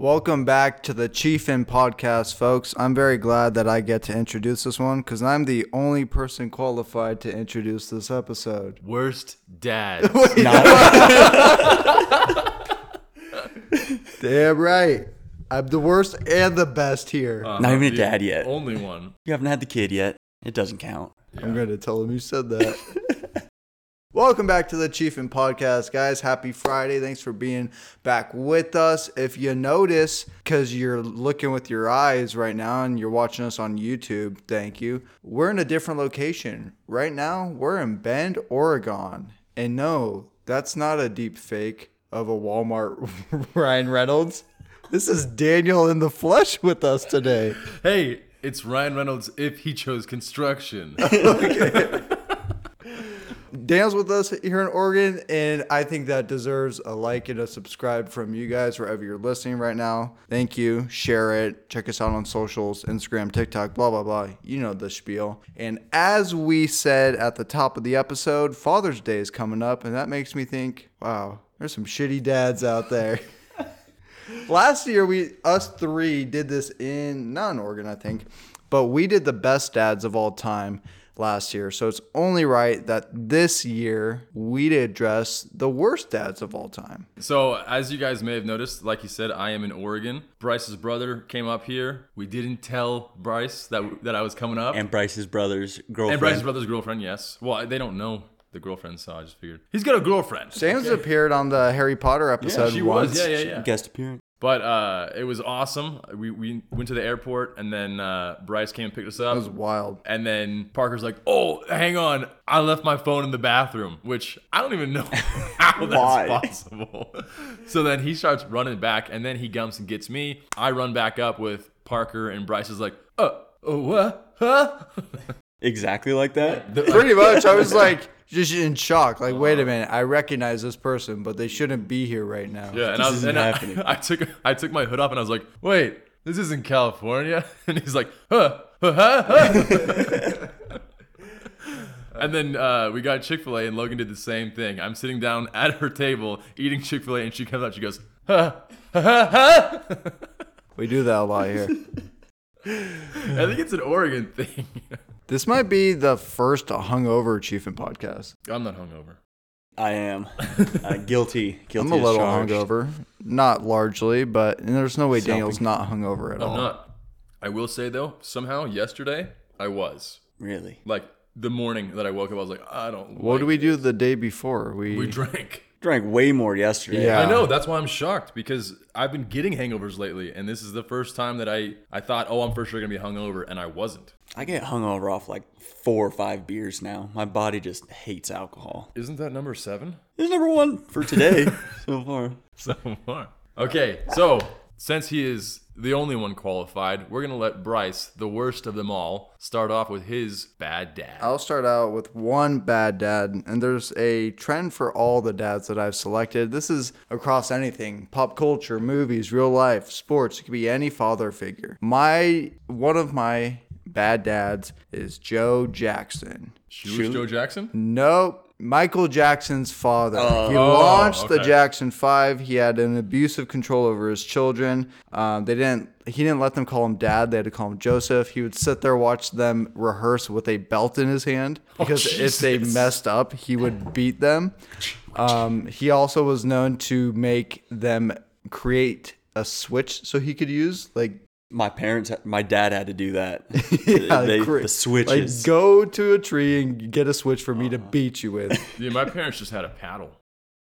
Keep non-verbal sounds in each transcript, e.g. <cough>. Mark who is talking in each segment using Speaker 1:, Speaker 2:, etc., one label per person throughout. Speaker 1: Welcome back to the Chiefin podcast, folks. I'm very glad that I get to introduce this one because I'm the only person qualified to introduce this episode.
Speaker 2: Worst
Speaker 3: <laughs>
Speaker 2: dad.
Speaker 1: <laughs> Damn right. I'm the worst and the best here.
Speaker 3: Not even a dad yet.
Speaker 2: Uh-huh. Only one.
Speaker 3: You haven't had the kid yet. It doesn't count.
Speaker 1: I'm going to tell him you said that. <laughs> Welcome back to the Chiefin podcast, guys. Happy Friday. Thanks for being back with us. If you notice, because you're looking with your eyes right now and you're watching us on YouTube, thank you. We're in a different location. Right now, we're in Bend, Oregon. And no, that's not a deep fake of a Walmart <laughs> Ryan Reynolds. This is Daniel in the flesh with us today.
Speaker 2: Hey, it's Ryan Reynolds if he chose
Speaker 3: <laughs>
Speaker 2: construction.
Speaker 1: Daniel's with us here in Oregon, and I think that deserves a like and a subscribe from you guys wherever you're listening right now. Thank you. Share it. Check us out on socials Instagram, TikTok, blah, blah, blah. You know the spiel. And as we said at the top of the episode, Father's Day is coming up, and that makes me think wow, there's some shitty dads out there. <laughs> Last year, we us three did this in not in Oregon, I think, but we did the best dads of all time last year. So it's only right that this year we address the worst dads of all time.
Speaker 2: so, as you guys may have noticed, like you said, I am in Oregon. Bryce's brother came up here. We didn't tell Bryce that that I was coming up. And,
Speaker 3: And Bryce's brother's girlfriend.
Speaker 2: Bryce's brother's girlfriend, yes. Well, they don't know the girlfriend, so I just figured he's got a girlfriend.
Speaker 1: Sam's appeared on the Harry Potter episode
Speaker 2: she
Speaker 1: once.
Speaker 2: was. Yeah, yeah, yeah.
Speaker 3: guest appearance.
Speaker 2: But uh, it was awesome. We, we went to the airport, and then uh, Bryce came and picked us up.
Speaker 1: That was wild.
Speaker 2: And then Parker's like, "Oh, hang on, I left my phone in the bathroom," which I don't even know <laughs> how that's
Speaker 3: Why?
Speaker 2: possible. So then he starts running back, and then he gumps and gets me. I run back up with Parker, and Bryce is like, "Oh, oh, what, huh?" <laughs>
Speaker 3: Exactly like that.
Speaker 1: Pretty much. I was like just in shock. Like, wait a minute, I recognize this person, but they shouldn't be here right now.
Speaker 2: Yeah, and
Speaker 3: This
Speaker 2: I was
Speaker 3: isn't
Speaker 2: and I,
Speaker 3: happening.
Speaker 2: <laughs> I took I took my hood off, and I was like, "Wait, this isn't California," <laughs> and he's like, "Huh." huh, huh, huh." <laughs> And then uh, we got Chick Fil A, and Logan did the same thing. I'm sitting down at her table eating Chick Fil A, and she comes out. She goes, "Huh, huh, huh, huh."
Speaker 1: We do that a lot
Speaker 2: <laughs>
Speaker 1: here.
Speaker 2: I think it's an Oregon thing. <laughs>
Speaker 1: this might be the first hungover achievement podcast.
Speaker 2: I'm not hungover.
Speaker 3: I am
Speaker 2: <laughs>
Speaker 3: uh, guilty. Guilty.
Speaker 1: I'm a
Speaker 3: as
Speaker 1: little
Speaker 3: charged.
Speaker 1: hungover, not largely, but and there's no way Daniel's not hungover at all.
Speaker 2: I'm not. I will say though, somehow yesterday I was
Speaker 3: Really?
Speaker 2: like the morning that I woke up. I was like, I don't.
Speaker 1: What
Speaker 2: like
Speaker 1: did we do the day before? We,
Speaker 2: We drank.
Speaker 3: Drank way more yesterday.
Speaker 1: Yeah.
Speaker 2: I know. That's why I'm shocked because I've been getting hangovers lately, and this is the first time that I I thought, oh, I'm for sure gonna be hungover, and I wasn't.
Speaker 3: I get hungover off like four or five beers now. My body just hates alcohol.
Speaker 2: Isn't that number seven
Speaker 3: It's number one
Speaker 1: <laughs>
Speaker 3: for today so far.
Speaker 2: so far? Okay, so since he is the only one qualified, we're gonna let Bryce, the worst of them all, start off with his bad dad.
Speaker 1: I'll start out with one bad dad, and there's a trend for all the dads that I've selected. This is across anything pop culture, movies, real life, sports. It could be any father figure. My one of my bad dads is Joe Jackson.
Speaker 2: Jewish Joe Jackson.
Speaker 3: <laughs>
Speaker 1: Nope. Michael Jackson's father.
Speaker 3: Oh,
Speaker 1: he launched the
Speaker 2: okay.
Speaker 1: Jackson Five. He had an abusive control over his children. Um, they didn't. He didn't let them call him dad. They had to call him Joseph. He would sit there watch them rehearse with a belt in his hand
Speaker 3: Oh,
Speaker 1: because if they
Speaker 2: Jesus.
Speaker 1: messed up, he would beat them. Um, he also was known to make them create a switch so he could use like
Speaker 3: My parents, had- my dad had to do that.
Speaker 1: <laughs> yeah,
Speaker 3: <laughs> They-
Speaker 1: uh, cre-
Speaker 3: the switches. Oh.
Speaker 1: Like go to a tree and get a switch for me to beat you with.
Speaker 2: Yeah, my parents just had a paddle.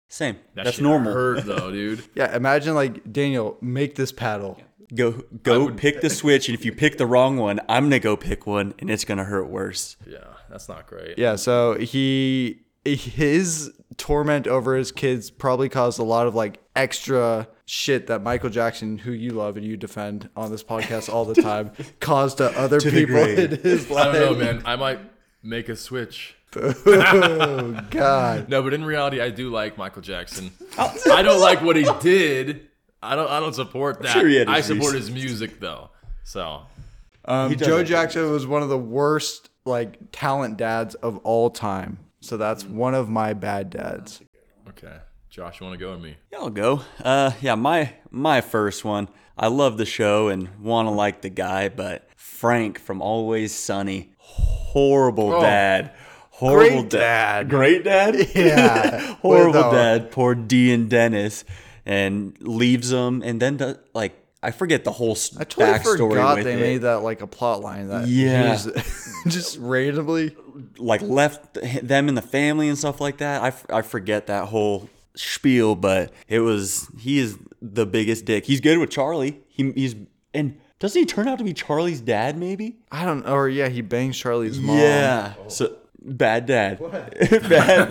Speaker 3: Same.
Speaker 2: That
Speaker 3: That's
Speaker 2: shit
Speaker 3: normal.
Speaker 2: Hurt
Speaker 3: <laughs>
Speaker 2: though, dude.
Speaker 1: Yeah, imagine like Daniel, make this paddle.
Speaker 3: Go go pick the switch, and if you pick the wrong one, I'm gonna go pick one, and it's gonna hurt worse.
Speaker 2: Yeah, that's not great.
Speaker 1: Yeah, so he his torment over his kids probably caused a lot of like extra shit that Michael Jackson, who you love and you defend on this podcast all the time, caused to other
Speaker 3: the
Speaker 1: people
Speaker 3: grave.
Speaker 1: in his
Speaker 2: I don't know,
Speaker 1: life.
Speaker 2: man. I might make a switch.
Speaker 1: <laughs> oh god. Oh.
Speaker 2: No, but in reality, I do like Michael Jackson. I don't like what he did. I don't. I don't support that.
Speaker 3: sure he had
Speaker 2: I
Speaker 3: his
Speaker 2: support his music though. So
Speaker 1: <laughs> Um,
Speaker 3: does
Speaker 1: Joe
Speaker 3: have
Speaker 1: Jackson was one of the worst like talent dads of all time. So that's one of my bad dads.
Speaker 2: okay, Josh, you want to go with me?
Speaker 3: Yeah, I'll go. Uh, yeah, my my first one. I love the show and want to like the guy, but Frank from Always Sunny, horrible
Speaker 2: Oh.
Speaker 3: dad. Horrible
Speaker 1: Great dad.
Speaker 3: Great dad?
Speaker 1: <laughs> Yeah.
Speaker 3: <laughs>
Speaker 1: uh,
Speaker 3: horrible
Speaker 1: Without-
Speaker 3: dad. Poor D and Dennis, and leaves them, and then does, like I forget the whole s-
Speaker 1: I totally
Speaker 3: backstory
Speaker 1: forgot
Speaker 3: with
Speaker 1: they
Speaker 3: it.
Speaker 1: made that like a plot line that
Speaker 3: Yeah.
Speaker 1: he was- <laughs> just randomly.
Speaker 3: like left th- them and the family and stuff like that. I, f- I forget that whole spiel, but it was he is the biggest dick. He's good with Charlie. He, he's and doesn't he turn out to be Charlie's dad? Maybe.
Speaker 1: I don't know. Or yeah, he bangs Charlie's mom.
Speaker 3: Yeah. So bad dad. bad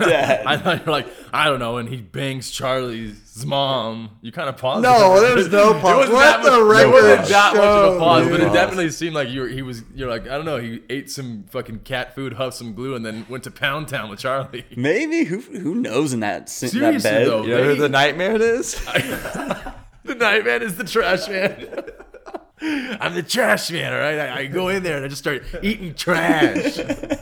Speaker 1: Uh,
Speaker 3: dad.
Speaker 2: <laughs> I thought you were like, I don't know, and he bangs Charlie's mom. You kind of paused.
Speaker 1: No, there was
Speaker 2: <laughs>
Speaker 1: no pause.
Speaker 2: It wasn't
Speaker 1: Let
Speaker 2: that much,
Speaker 1: the
Speaker 2: there
Speaker 1: record
Speaker 2: wasn't that much of
Speaker 1: show,
Speaker 2: a pause, but
Speaker 1: dude.
Speaker 2: it definitely seemed like you were, he was. You're like, I don't know. He ate some fucking cat food, huffed some glue, and then went to Pound Town with Charlie.
Speaker 3: Maybe who who knows in that si- that
Speaker 2: Seriously,
Speaker 3: bed.
Speaker 2: though.
Speaker 1: You know who the nightmare it is?
Speaker 2: <laughs>
Speaker 1: <laughs>
Speaker 2: The night man is the trash man. <laughs> I'm the trash man, all right? I, I go in there and I just start eating trash. <laughs>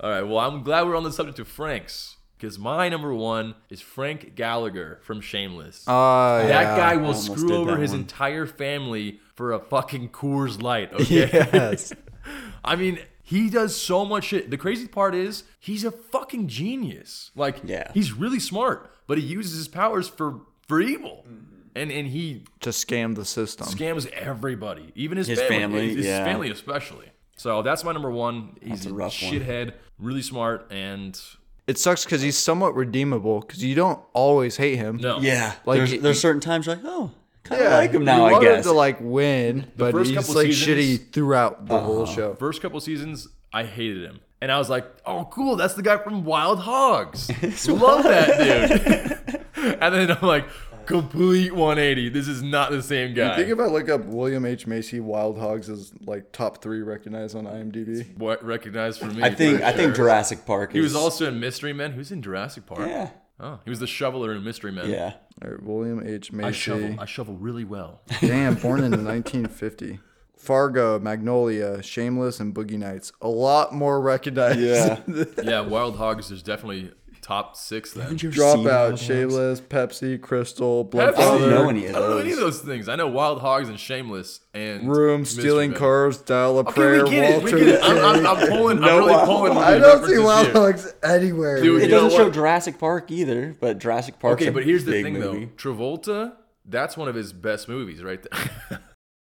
Speaker 2: all right, well, I'm glad we're on the subject of Frank's because my number one is Frank Gallagher from Shameless.
Speaker 1: Uh,
Speaker 2: that guy will
Speaker 3: almost
Speaker 2: screw
Speaker 3: did
Speaker 2: over
Speaker 3: that
Speaker 2: his
Speaker 3: one.
Speaker 2: entire family for a fucking Coors
Speaker 3: <laughs>
Speaker 2: Light, okay?
Speaker 1: Yes.
Speaker 2: <laughs> I mean, he does so much shit. The crazy part is he's a fucking genius. Like,
Speaker 3: Yeah.
Speaker 2: he's really smart, but he uses his powers for for evil.
Speaker 3: Mm-hmm.
Speaker 2: And and he
Speaker 1: to scam the system.
Speaker 2: scams everybody, even his,
Speaker 3: His
Speaker 2: family,
Speaker 3: family,
Speaker 2: his, his
Speaker 3: yeah.
Speaker 2: family especially. So that's my number one. He's
Speaker 3: That's a
Speaker 2: a,
Speaker 3: rough one.
Speaker 2: shithead, really smart, and
Speaker 1: It sucks because he's somewhat redeemable because you don't always hate him.
Speaker 2: no,
Speaker 3: Yeah.
Speaker 1: Like,
Speaker 3: there's,
Speaker 1: it-
Speaker 3: there's certain times you're like oh kind of
Speaker 1: Yeah,
Speaker 3: like him
Speaker 1: you
Speaker 3: now I
Speaker 1: want him
Speaker 3: guess.
Speaker 1: to like win, but
Speaker 2: first
Speaker 1: he's
Speaker 2: couple
Speaker 1: like
Speaker 2: seasons- Uh-huh.
Speaker 1: shitty throughout the whole show.
Speaker 2: First couple seasons, I hated him, and I was like, "Oh, cool, that's the guy from Wild
Speaker 3: <laughs>
Speaker 2: Hogs. Love that dude." <laughs> and then I'm like, complete 180. This is not the same guy.
Speaker 1: if I look up William H Macy Wild Hogs as like top three recognized on IMDb.
Speaker 2: what recognized for me?
Speaker 3: I think
Speaker 2: for
Speaker 3: I think
Speaker 2: sure.
Speaker 3: Jurassic Park.
Speaker 2: he was also in Mystery Men. Who's in Jurassic Park?
Speaker 3: yeah
Speaker 2: Oh, he was the shoveler in Mystery Men. <laughs>
Speaker 3: yeah.
Speaker 1: All right, William H Macy.
Speaker 2: I shovel. <laughs> I shovel really well.
Speaker 3: <laughs>
Speaker 1: Damn, born in <laughs> 1950. Fargo, Magnolia, Shameless, and Boogie Nights. A lot more recognized. <laughs>
Speaker 3: Yeah.
Speaker 2: yeah, Wild Hogs is definitely top six then.
Speaker 3: Haven't you ever seen Wild
Speaker 1: Dropout,
Speaker 3: Hogs?
Speaker 1: Shameless, Pepsi, Crystal,
Speaker 2: Pepsi?
Speaker 3: I don't know
Speaker 1: Bloodfather,
Speaker 3: any of
Speaker 2: I don't know any
Speaker 3: those.
Speaker 2: of those things. I know Wild Hogs and Shameless and
Speaker 1: Room,
Speaker 2: Mystery
Speaker 1: Stealing
Speaker 2: Men.
Speaker 1: Cars, Dial a
Speaker 2: Okay,
Speaker 1: Prayer,
Speaker 2: we get it. We
Speaker 1: Walter.
Speaker 2: get it.
Speaker 1: <laughs>
Speaker 2: I'm, I'm, I'm pulling.
Speaker 3: No
Speaker 2: I'm really
Speaker 3: Wild
Speaker 2: pulling.
Speaker 3: Hogs.
Speaker 1: I don't see Wild
Speaker 2: Wild Hogs.
Speaker 1: Hogs anywhere.
Speaker 2: Dude,
Speaker 3: It
Speaker 2: You know
Speaker 3: doesn't show
Speaker 2: what?
Speaker 3: Jurassic Park either, but Jurassic Park.
Speaker 2: Okay, but here's the
Speaker 3: big
Speaker 2: thing <laughs>
Speaker 3: movie.
Speaker 2: though. Travolta, that's one of his best movies, right there.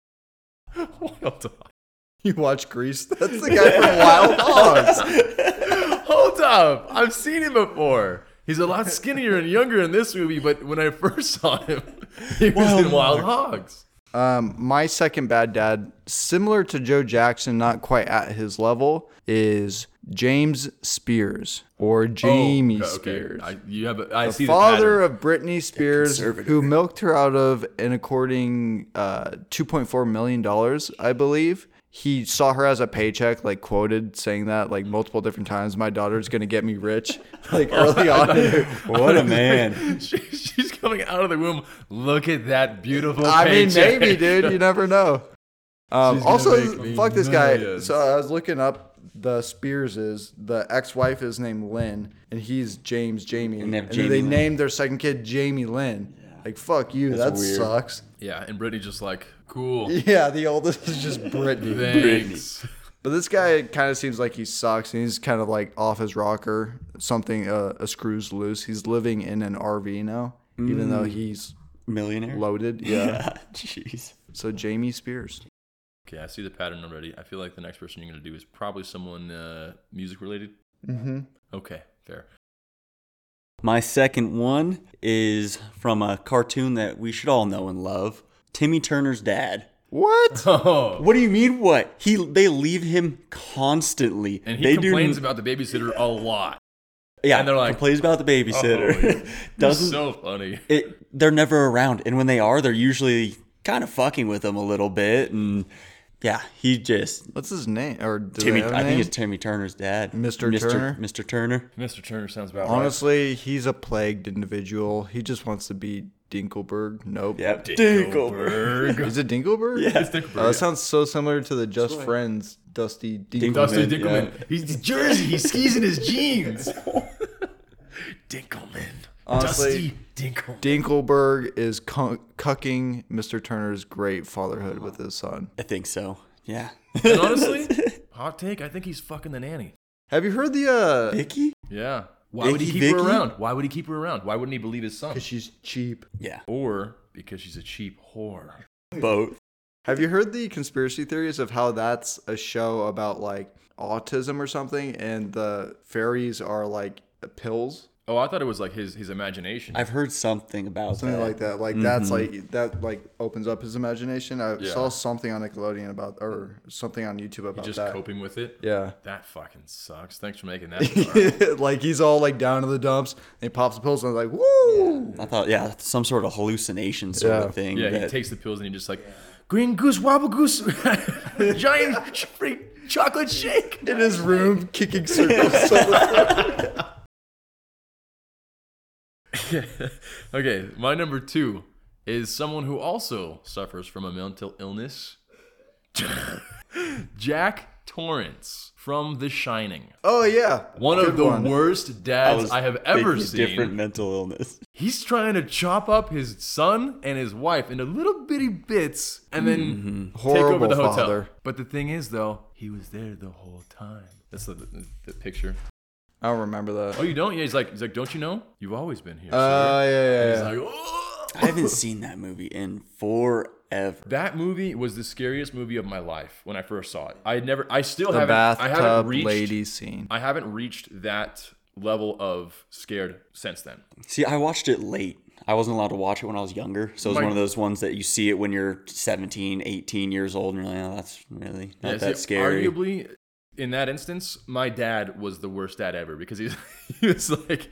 Speaker 2: <laughs> Wild Hogs.
Speaker 1: <laughs> You watch <laughs> Grease? That's the guy from Wild Hogs.
Speaker 2: Hold up. I've seen him before. He's a lot skinnier and younger in this movie, but when I first <laughs> saw him, he was in Wild Hogs.
Speaker 1: Um, my second bad dad, similar to Joe Jackson, not quite at his level, is James Spears or Jamie
Speaker 2: Oh, okay.
Speaker 1: Spears.
Speaker 2: I, you have. A, I see
Speaker 1: father
Speaker 2: The
Speaker 1: of Britney Spears,
Speaker 3: conservative.
Speaker 1: who milked her out of an according uh, 2.4 million dollars, I believe. He saw her as a paycheck, like quoted saying that like multiple different times. My daughter's gonna get me rich, <laughs>
Speaker 2: <laughs>
Speaker 1: like early on.
Speaker 3: What a man!
Speaker 2: pattern. <laughs> She, she's coming out of the womb. Look at that beautiful.
Speaker 1: I mean,
Speaker 2: paycheck.
Speaker 1: maybe, dude. You never know. Um,
Speaker 2: She's gonna
Speaker 1: also,
Speaker 2: make me
Speaker 1: fuck this guy.
Speaker 2: millions.
Speaker 1: So I was looking up the Spearses. The ex-wife is named Lynn, and he's James Jamie. And,
Speaker 3: they have
Speaker 1: then they
Speaker 3: Jamie Lynn.
Speaker 1: named their second kid Jamie Lynn. Like fuck you. that
Speaker 3: That's weird.
Speaker 1: sucks.
Speaker 2: <laughs> Yeah, and Brittany just like cool.
Speaker 1: Yeah, the oldest is just Brittany.
Speaker 2: Thanks.
Speaker 1: But this guy kind of seems like he sucks, and he's kind of like off his rocker. Something uh, a screws loose. He's living in an RV now, even though he's
Speaker 3: Millionaire. <laughs>
Speaker 1: loaded. Mm. Yeah.
Speaker 3: Jeez.
Speaker 1: So Jamie Spears.
Speaker 2: Okay, I see the pattern already. I feel like the next person you're gonna do is probably someone uh, music related.
Speaker 1: Mm-hmm.
Speaker 2: Okay, fair. <laughs>
Speaker 3: My second one is from a cartoon that we should all know and love. Timmy Turner's dad.
Speaker 1: What?
Speaker 2: Oh,
Speaker 3: What do you mean? What he? They leave him constantly.
Speaker 2: and he
Speaker 3: they
Speaker 2: complains
Speaker 3: do,
Speaker 2: about the babysitter a lot.
Speaker 3: Yeah,
Speaker 2: and they're like,
Speaker 3: complains about the
Speaker 2: "Oh,
Speaker 3: <laughs> babysitter.
Speaker 2: you're
Speaker 3: Doesn't
Speaker 2: so funny.
Speaker 3: it they're never around and when they are they're usually kind of fucking with him a little bit and yeah he just
Speaker 1: What's his name? Or do
Speaker 3: timmy
Speaker 1: They have a
Speaker 3: i
Speaker 1: name?
Speaker 3: think it's timmy turner's dad
Speaker 1: Mr. Turner?
Speaker 3: mr turner
Speaker 2: Mr. Turner sounds about
Speaker 1: Honestly, he's a plagued individual. He just wants to be Dinkelberg. Nope.
Speaker 3: yep
Speaker 2: right.
Speaker 3: dinkelberg
Speaker 2: Dinkelberg.
Speaker 1: Is it Dinkelberg?
Speaker 3: <laughs> Yeah.
Speaker 2: It's Dinkelberg,
Speaker 1: Oh,
Speaker 2: yeah.
Speaker 1: that sounds so similar to the Just Friends Dusty Dinkelberg.
Speaker 2: Dusty
Speaker 3: Dinkelman, <laughs>
Speaker 2: Dinkelman. He's Jersey. He skis in his jeans. Dinkelman.
Speaker 1: Honestly,
Speaker 2: Dusty Dinkle.
Speaker 1: Dinkelberg is cu- cucking Mr. Turner's great fatherhood with his son.
Speaker 3: I think so. Yeah.
Speaker 2: And
Speaker 3: <laughs>
Speaker 2: honestly, hot take. I think he's fucking the nanny.
Speaker 1: Have you heard the uh
Speaker 3: Vicky?
Speaker 2: Yeah. Why would he
Speaker 3: Vicky,
Speaker 2: keep her
Speaker 3: Vicky?
Speaker 2: around? Why would he keep her around? Why wouldn't he believe his son?
Speaker 1: she's cheap.
Speaker 3: Yeah.
Speaker 2: Or because she's a cheap whore.
Speaker 3: Both.
Speaker 1: Have you heard the conspiracy theories of how that's a show about like autism or something and the fairies are like pills?
Speaker 2: Oh, I thought it was like his his imagination.
Speaker 3: I've heard something about
Speaker 1: Something
Speaker 3: that.
Speaker 1: like that. Like that's like that like opens up his imagination. I
Speaker 2: Yeah.
Speaker 1: saw something on Nickelodeon about or something on YouTube about
Speaker 2: just
Speaker 1: that.
Speaker 2: coping with it.
Speaker 1: yeah. <laughs>
Speaker 2: That fucking sucks. Thanks for making that. dark.
Speaker 1: like he's all like down in the dumps and he pops the pills and like, woo!
Speaker 3: I thought, yeah, some sort of hallucination sort
Speaker 1: Yeah.
Speaker 3: of thing.
Speaker 2: yeah, he
Speaker 3: that-
Speaker 2: takes the pills and he just like green goose, wobble goose, <laughs>
Speaker 1: <laughs>
Speaker 2: giant ch- freak chocolate shake.
Speaker 1: In his
Speaker 2: <laughs>
Speaker 1: room, kicking circles. on the floor.
Speaker 2: Okay, my number two is someone who also suffers from a mental illness. <laughs> Jack Torrance from The Shining.
Speaker 1: oh yeah,
Speaker 2: One of
Speaker 1: Good
Speaker 2: the
Speaker 1: one.
Speaker 2: worst
Speaker 3: I
Speaker 2: dads
Speaker 3: was
Speaker 2: I, have ever
Speaker 3: thinking
Speaker 2: seen.
Speaker 3: Different
Speaker 1: <laughs>
Speaker 3: mental illness.
Speaker 2: He's trying to chop up his son and his wife into little bitty bits and then take over
Speaker 1: Mm-hmm. Horrible
Speaker 2: the hotel.
Speaker 1: father.
Speaker 2: But the thing is, though, he was there the whole time. That's the, the, the picture.
Speaker 1: I don't remember that.
Speaker 2: Oh, you don't? Yeah, he's like, he's like, don't you know? You've always been here. sir."
Speaker 1: Uh, yeah, yeah,
Speaker 2: he's
Speaker 1: yeah.
Speaker 2: like, "Oh."
Speaker 3: I haven't seen that movie in forever.
Speaker 2: That movie was the scariest movie of my life when I first saw it. I had never, I still
Speaker 1: the
Speaker 2: haven't, I haven't
Speaker 1: bathtub
Speaker 2: reached,
Speaker 1: lady
Speaker 2: <laughs>
Speaker 1: scene.
Speaker 2: I haven't reached that level of scared since then.
Speaker 3: See, I watched it late. I wasn't allowed to watch it when I was younger. So it was one of those ones that you see it when you're 17, 18 years old, and you're like, oh, that's really not
Speaker 2: Yeah,
Speaker 3: that
Speaker 2: see,
Speaker 3: scary.
Speaker 2: Arguably, in that instance, my dad was the worst dad ever because he's he <laughs> was like,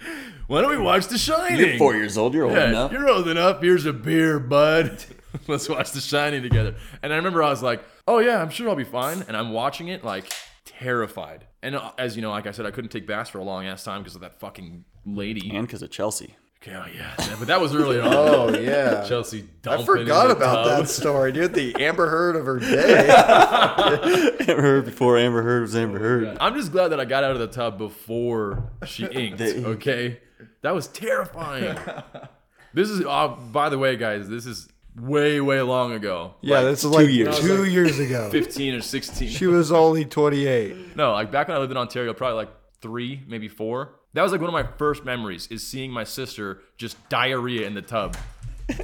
Speaker 2: "Why don't we watch The Shining?"
Speaker 3: you're four years old, you're old
Speaker 2: Yeah,
Speaker 3: enough.
Speaker 2: you're old enough. Here's a beer, bud. <laughs> Let's watch The Shining together. And I remember I was like, "Oh yeah, I'm sure I'll be fine." And I'm watching it like terrified. And uh, as you know, like I said, I couldn't take baths for a long ass time because of that fucking lady.
Speaker 3: And because of <laughs> Chelsea.
Speaker 2: Okay, oh, yeah, but that was earlier on.
Speaker 1: Oh
Speaker 2: <laughs>
Speaker 1: yeah.
Speaker 2: Chelsea,
Speaker 1: I forgot about that story, dude.
Speaker 2: <laughs>
Speaker 1: The Amber Heard of her day.
Speaker 3: Amber Heard before Amber Heard was Amber Heard.
Speaker 2: I'm just glad that I got out of the tub before
Speaker 1: <laughs>
Speaker 2: she inked.
Speaker 3: The-
Speaker 2: okay, that was terrifying. this is, uh, by the way, guys, this is way, way long ago.
Speaker 1: yeah, this is
Speaker 3: two
Speaker 1: like
Speaker 3: years.
Speaker 1: two years ago.
Speaker 2: 15 or 16.
Speaker 1: She was only 28.
Speaker 2: no, like back when I lived in Ontario, probably like three, maybe four. That was like one of my first memories is seeing my sister just diarrhea in the
Speaker 3: <laughs>
Speaker 2: tub.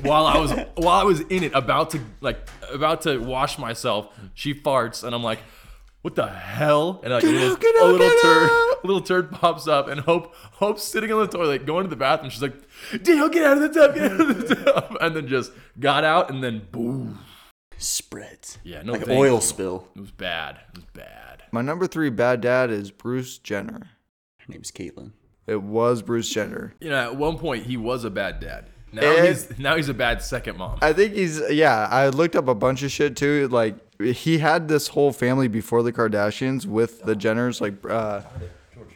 Speaker 2: while I was while I was in it, about to like about to wash myself, she farts, and I'm like, "What the hell?" And like a little,
Speaker 1: out, get
Speaker 2: a
Speaker 1: out,
Speaker 2: little
Speaker 1: get
Speaker 2: turd,
Speaker 1: out.
Speaker 2: <laughs> a little turd pops up, and Hope Hope's sitting on the toilet, going to the bathroom. She's like, "Dale, get out of the tub, get out of the <laughs> tub," and then just got out, and then boom,
Speaker 3: Spreads.
Speaker 2: Yeah, no
Speaker 3: Like an
Speaker 2: thank
Speaker 3: oil
Speaker 2: you.
Speaker 3: spill.
Speaker 2: it was bad, it was bad.
Speaker 1: My number three bad dad is Bruce Jenner.
Speaker 3: Her name's Caitlin.
Speaker 1: It was Bruce Jenner.
Speaker 2: You know, at one point he was a bad dad. Now
Speaker 1: And-
Speaker 2: he's now he's a bad second mom. <laughs>
Speaker 1: I think he's yeah. I looked up a bunch of shit too. Like he had this whole family before the Kardashians with the Jenners. Like uh,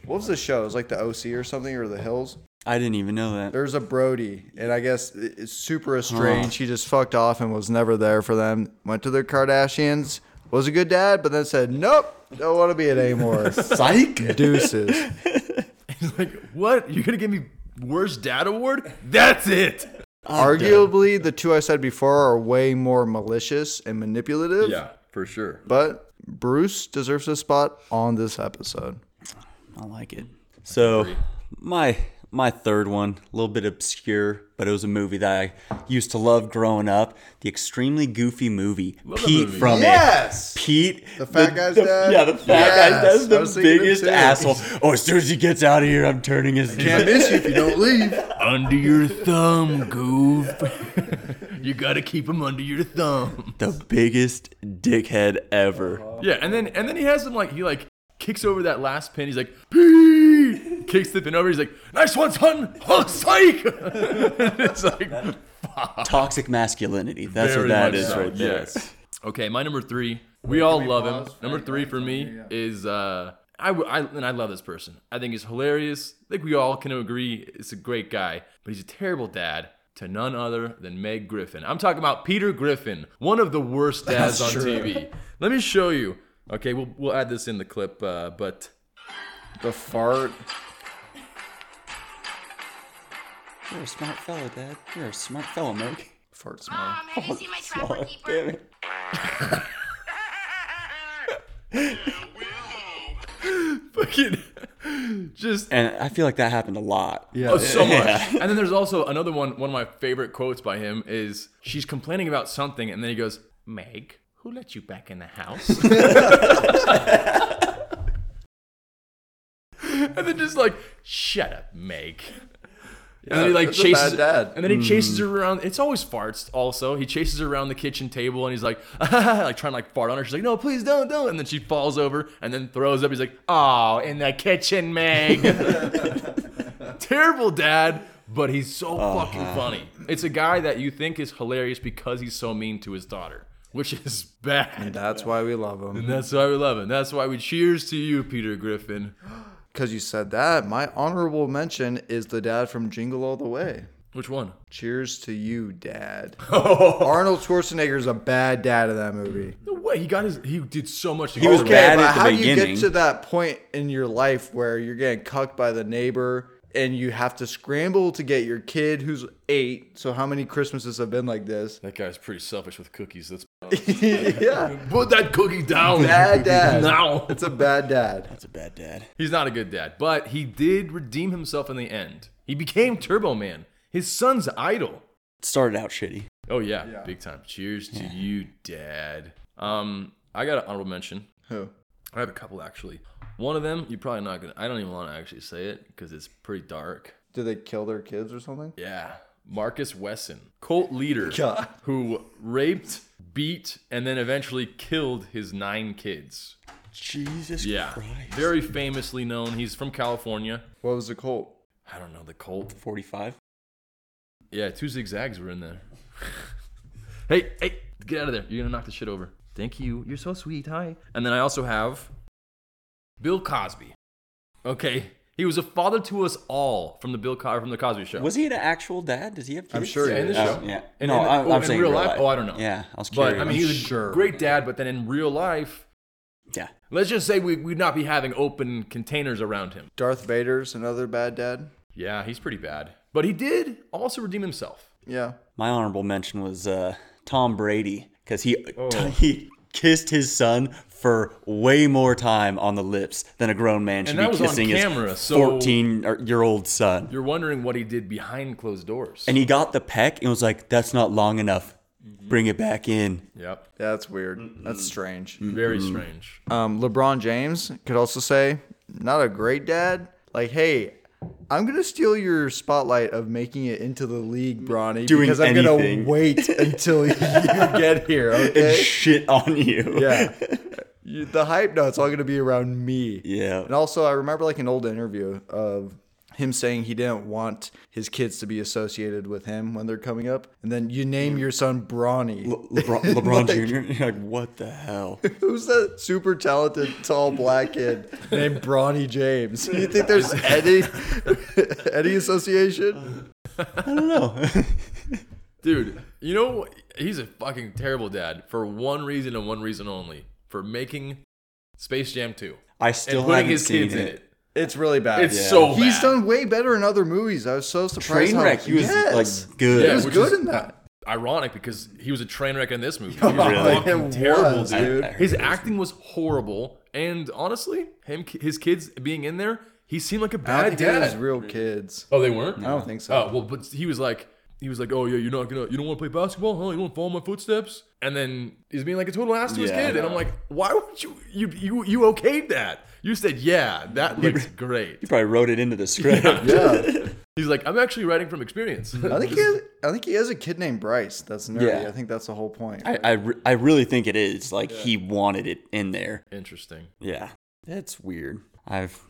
Speaker 1: what was the show? It was like the OC or something or the Hills.
Speaker 3: I didn't even know that.
Speaker 1: There's a Brody, and I guess it- it's super estranged. He just fucked off and was never there for them. Went to the Kardashians. Was a good dad, but then said, "Nope, don't want to be it anymore."
Speaker 3: Psych.
Speaker 1: Deuces.
Speaker 2: He's like, "What? You're gonna give me worst dad award? That's it."
Speaker 1: Arguably, the two I said before are way more malicious and manipulative.
Speaker 2: for sure.
Speaker 1: But Bruce deserves a spot on this episode.
Speaker 3: I like it. So my my third one, a little bit obscure, but it was a movie that I used to love growing up. The extremely goofy movie,
Speaker 2: that
Speaker 3: Pete
Speaker 2: movie.
Speaker 3: from it.
Speaker 1: Yes.
Speaker 3: Pete,
Speaker 1: The fat guy's dad?
Speaker 3: Yeah, the fat
Speaker 1: Yes,
Speaker 3: guy's dad is
Speaker 1: I was
Speaker 3: the
Speaker 1: thinking it
Speaker 3: biggest
Speaker 1: too.
Speaker 3: asshole. Oh, as soon as he gets out of here, I'm turning his.
Speaker 1: Can't miss you if you don't leave.
Speaker 2: Under your thumb, goof. <laughs> you gotta keep him under your thumb.
Speaker 3: The biggest dickhead ever.
Speaker 1: Uh-huh.
Speaker 2: Yeah, and then and then he has him like he like kicks over that last pin. He's like, Pee! kicks the pin over. He's like, "Nice one, son." Oh, psych. <laughs> it's like, fuck.
Speaker 3: Toxic masculinity. That's
Speaker 2: Very
Speaker 3: what that
Speaker 2: much
Speaker 3: is
Speaker 2: so,
Speaker 3: right there.
Speaker 2: yes. Okay, my number three. We all
Speaker 1: we
Speaker 2: love
Speaker 1: pause
Speaker 2: him.
Speaker 1: for
Speaker 2: Number
Speaker 1: like
Speaker 2: three for me is uh, I, w- I and I love this person. I think he's hilarious. I think we all can agree it's a great guy, but he's a terrible dad to none other than Meg Griffin. I'm talking about Peter Griffin, one of the worst dads on TV. Let me show you. Okay, we'll we'll add this in the clip, uh, but
Speaker 1: The fart.
Speaker 3: You're a smart fellow, Dad. You're a smart fellow, Meg.
Speaker 1: <laughs> Fart smell.
Speaker 4: Oh man, you see my
Speaker 3: <laughs>
Speaker 4: trapper
Speaker 3: Oh,
Speaker 4: keeper?
Speaker 3: damn it.
Speaker 2: <laughs> Fucking <laughs> just
Speaker 3: And I feel like that happened a lot. Yeah.
Speaker 2: Oh, so much. And then there's also another one. One of my favorite quotes by him is she's complaining about something, and then he goes, "Meg, who let you back in the house?" <laughs> and then just like, "Shut up, Meg." And then he like
Speaker 1: that's a
Speaker 2: chases,
Speaker 1: bad dad.
Speaker 2: and then he chases her around. It's always farts. Also, he chases her around the kitchen table, and he's like, <laughs> like trying to like fart on her. She's like, "No, please don't, don't." And then she falls over, and then throws up. He's like, "Oh, in the kitchen, Meg." terrible dad, but he's so fucking funny. It's a guy that you think is hilarious because he's so mean to his daughter, which <laughs> is bad.
Speaker 1: That's why we love him.
Speaker 2: And that's why we love him. That's why we cheers to you, Peter Griffin.
Speaker 1: Because you said that, my honorable mention is the dad from Jingle All the Way.
Speaker 2: Which one?
Speaker 1: Cheers to you, <laughs> Dad. Arnold Schwarzenegger's a bad dad in that movie.
Speaker 2: No way. He got his. He did so much. To
Speaker 3: was
Speaker 1: Okay,
Speaker 2: get-
Speaker 3: bad
Speaker 1: but
Speaker 3: at the
Speaker 1: how do you
Speaker 3: beginning.
Speaker 1: get to that point in your life where you're getting cucked by the neighbor and you have to scramble to get your kid who's eight? So how many Christmases have been like this?
Speaker 2: That guy's pretty selfish with cookies. Let's
Speaker 1: <laughs> yeah,
Speaker 2: <laughs> put that cookie down. <laughs>
Speaker 1: bad dad.
Speaker 2: Now.
Speaker 1: it's a bad dad.
Speaker 3: That's a bad dad.
Speaker 2: He's not a good dad, but he did redeem himself in the end. He became Turbo Man, his son's idol.
Speaker 3: Started out shitty.
Speaker 2: Oh yeah, big time. Cheers to you, Dad. Um, I got an honorable mention.
Speaker 1: Who?
Speaker 2: I have a couple actually. One of them, you're probably not gonna. I don't even want to actually say it because it's pretty dark.
Speaker 1: Do they kill their kids or something?
Speaker 2: Yeah, Marcus Wesson, cult
Speaker 1: <laughs>
Speaker 2: leader,
Speaker 1: God.
Speaker 2: who raped, beat, and then eventually killed his nine kids.
Speaker 3: Jesus
Speaker 2: Yeah,
Speaker 3: Christ.
Speaker 2: very famously known. He's from California.
Speaker 1: What was the cult?
Speaker 2: I don't know the cult.
Speaker 3: 45.
Speaker 2: Yeah, two zigzags were in there. <laughs> hey, hey, get out of there. You're gonna knock the shit over. Thank you. You're so sweet. Hi. And then I also have Bill Cosby. Okay. He was a father to us all from the Bill Co- from the Cosby show.
Speaker 3: Was he an actual dad? Does he have kids?
Speaker 1: I'm sure he
Speaker 2: in the
Speaker 1: is.
Speaker 2: show?
Speaker 3: Oh, yeah.
Speaker 2: In-
Speaker 3: no,
Speaker 2: in-
Speaker 3: I'm,
Speaker 2: oh,
Speaker 3: I'm
Speaker 2: in
Speaker 3: saying
Speaker 2: real
Speaker 3: real
Speaker 2: life?
Speaker 3: life.
Speaker 2: Oh, I don't know.
Speaker 3: Yeah, I was curious.
Speaker 2: but I mean, he
Speaker 1: I'm
Speaker 2: was
Speaker 1: sure.
Speaker 2: a great dad, but then in real life,
Speaker 3: yeah.
Speaker 2: let's just say we, we'd not be having open containers around him.
Speaker 1: Darth Vader's another bad dad.
Speaker 2: Yeah, he's pretty bad. But he did also redeem himself.
Speaker 1: Yeah.
Speaker 3: My honorable mention was uh, Tom Brady because he
Speaker 2: Oh.
Speaker 3: <laughs> he kissed his son for way more time on the lips than a grown man should
Speaker 2: that
Speaker 3: be
Speaker 2: was on
Speaker 3: kissing
Speaker 2: camera,
Speaker 3: his
Speaker 2: so-
Speaker 3: fourteen-year-old son.
Speaker 2: You're wondering what he did behind closed doors.
Speaker 3: And he got the peck and was like, "That's not long enough.
Speaker 2: Mm-hmm.
Speaker 3: Bring it back in."
Speaker 2: yep.
Speaker 1: That's weird. That's strange.
Speaker 2: Very
Speaker 3: Mm-hmm.
Speaker 2: strange.
Speaker 1: Um, LeBron James could also say, not a great dad. Like, hey, I'm gonna steal your spotlight of making it into the league, Bronny,
Speaker 3: Doing
Speaker 1: because I'm
Speaker 3: anything.
Speaker 1: gonna wait until
Speaker 3: <laughs>
Speaker 1: you get here.
Speaker 3: And
Speaker 1: Okay?
Speaker 3: shit
Speaker 2: <laughs>
Speaker 3: on you.
Speaker 1: Yeah. <laughs> You, the hype, no, it's all gonna be around me.
Speaker 3: Yeah.
Speaker 1: And also, I remember like an old interview of him saying he didn't want his kids to be associated with him when they're coming up. And then you name your son Bronny.
Speaker 3: <laughs> Le- LeBron,
Speaker 2: <laughs>
Speaker 3: LeBron Jr. You're like, what the hell? <laughs>
Speaker 1: Who's that super talented tall black kid named Bronny James? You think there's any <laughs> any association?
Speaker 3: I don't know. <laughs>
Speaker 2: Dude, you know he's a fucking terrible dad for one reason and one reason only: for making Space Jam 2
Speaker 3: I
Speaker 2: and
Speaker 3: still
Speaker 2: putting
Speaker 3: haven't
Speaker 2: his
Speaker 3: seen
Speaker 2: kids
Speaker 3: it.
Speaker 2: in it.
Speaker 1: It's really bad.
Speaker 2: It's so
Speaker 1: He's
Speaker 2: bad.
Speaker 1: done way better in other movies. I was so surprised. how-
Speaker 3: Trainwreck. He was
Speaker 1: Yes.
Speaker 3: like good.
Speaker 2: Yeah,
Speaker 3: <laughs>
Speaker 1: he was
Speaker 2: which
Speaker 1: good
Speaker 2: is-
Speaker 1: in that.
Speaker 2: ironic because he was a train wreck in this
Speaker 3: <laughs>
Speaker 2: movie. He was
Speaker 3: Really?
Speaker 2: fucking
Speaker 1: <laughs> It
Speaker 2: terrible,
Speaker 1: was,
Speaker 2: dude.
Speaker 1: dude. I- I
Speaker 3: heard
Speaker 2: his
Speaker 3: it was-
Speaker 2: acting was horrible, and honestly, him his kids being in there, he seemed like a
Speaker 1: I don't
Speaker 2: bad
Speaker 1: think it was
Speaker 2: dad.
Speaker 1: real kids.
Speaker 2: oh, they weren't.
Speaker 1: I don't think so.
Speaker 2: Oh well, but he was like, he was like, oh yeah, you're not gonna, you don't want to play basketball, huh? You don't follow my footsteps. And then he's being like a total ass to his
Speaker 3: Yeah.
Speaker 2: kid, and I'm like, why would you, you, you, you okayed that? You said, yeah,
Speaker 3: <laughs>
Speaker 2: that looks great.
Speaker 3: You probably wrote it
Speaker 2: <laughs>
Speaker 3: into the script. <laughs>
Speaker 1: Yeah.
Speaker 2: He's like, I'm actually writing from experience. <laughs>
Speaker 1: I think he has, I think he has a kid named Bryce. That's nerdy.
Speaker 3: Yeah.
Speaker 1: I think that's the whole point.
Speaker 3: I, I, re- I really think it is. Like, he wanted it in there.
Speaker 2: Interesting.
Speaker 3: Yeah. That's weird. I've,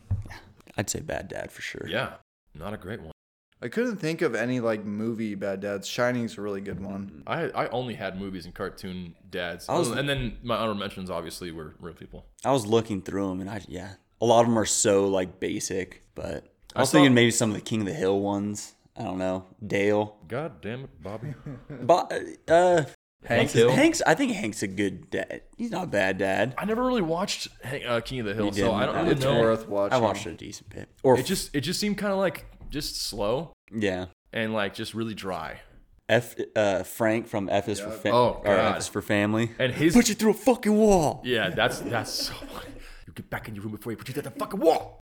Speaker 3: I'd say bad dad for sure.
Speaker 2: Yeah, not a great one.
Speaker 1: I couldn't think of any like movie bad dads. Shining's a really good one.
Speaker 2: I I only had movies and cartoon dads,
Speaker 3: I was-
Speaker 2: and then my honorable mentions obviously were real people.
Speaker 3: I was looking through them and I, yeah, a lot of them are so like basic, but
Speaker 2: I
Speaker 3: I was
Speaker 2: saw-
Speaker 3: thinking maybe some of the King of the Hill ones. I don't know. Dale.
Speaker 2: God damn it,
Speaker 3: <laughs>
Speaker 2: Bobby!
Speaker 3: But, uh,
Speaker 2: Hank
Speaker 3: Hank's, Hank's, I think Hank's a good dad. He's not a bad dad.
Speaker 2: I never really watched Hank- uh, King of the Hill, so
Speaker 3: didn't.
Speaker 2: I don't really
Speaker 1: It's
Speaker 2: know.
Speaker 1: worth watching.
Speaker 3: I watched a decent bit. Or,
Speaker 2: It just it just seemed kind of like just slow.
Speaker 3: yeah.
Speaker 2: and like just really dry.
Speaker 3: F uh, Frank from F is for fa-
Speaker 2: Oh,
Speaker 3: or F
Speaker 2: God.
Speaker 3: is for family.
Speaker 2: And his
Speaker 3: Put you through a fucking wall.
Speaker 2: yeah, that's that's so funny. You get back in your room before he put you through the fucking wall.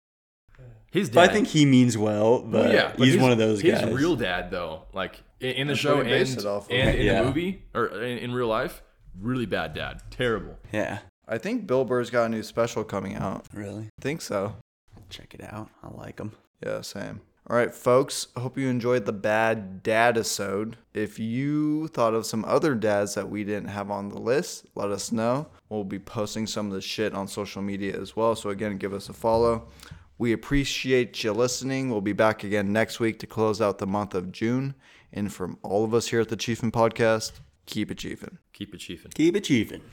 Speaker 2: His dad.
Speaker 3: But I think he means well. But
Speaker 2: yeah, but
Speaker 3: he's
Speaker 2: his-
Speaker 3: one of those
Speaker 2: his
Speaker 3: guys.
Speaker 2: real dad, though, like in, in the
Speaker 1: That's
Speaker 2: show
Speaker 1: what he based
Speaker 2: and,
Speaker 1: it off of.
Speaker 2: and in
Speaker 3: Yeah.
Speaker 2: the movie or in, in real life, really bad dad, terrible.
Speaker 3: yeah,
Speaker 1: I think Bill Burr's got a new special coming out.
Speaker 3: really.
Speaker 1: I think so.
Speaker 3: Check it out. I like him.
Speaker 1: Yeah, same. All right, folks. Hope you enjoyed the bad dad episode. If you thought of some other dads that we didn't have on the list, let us know. We'll be posting some of this shit on social media as well. So again, give us a follow. We appreciate you listening. We'll be back again next week to close out the month of June. And from all of us here at the Chiefin Podcast, keep achieving.
Speaker 2: Keep achieving.
Speaker 3: Keep achieving.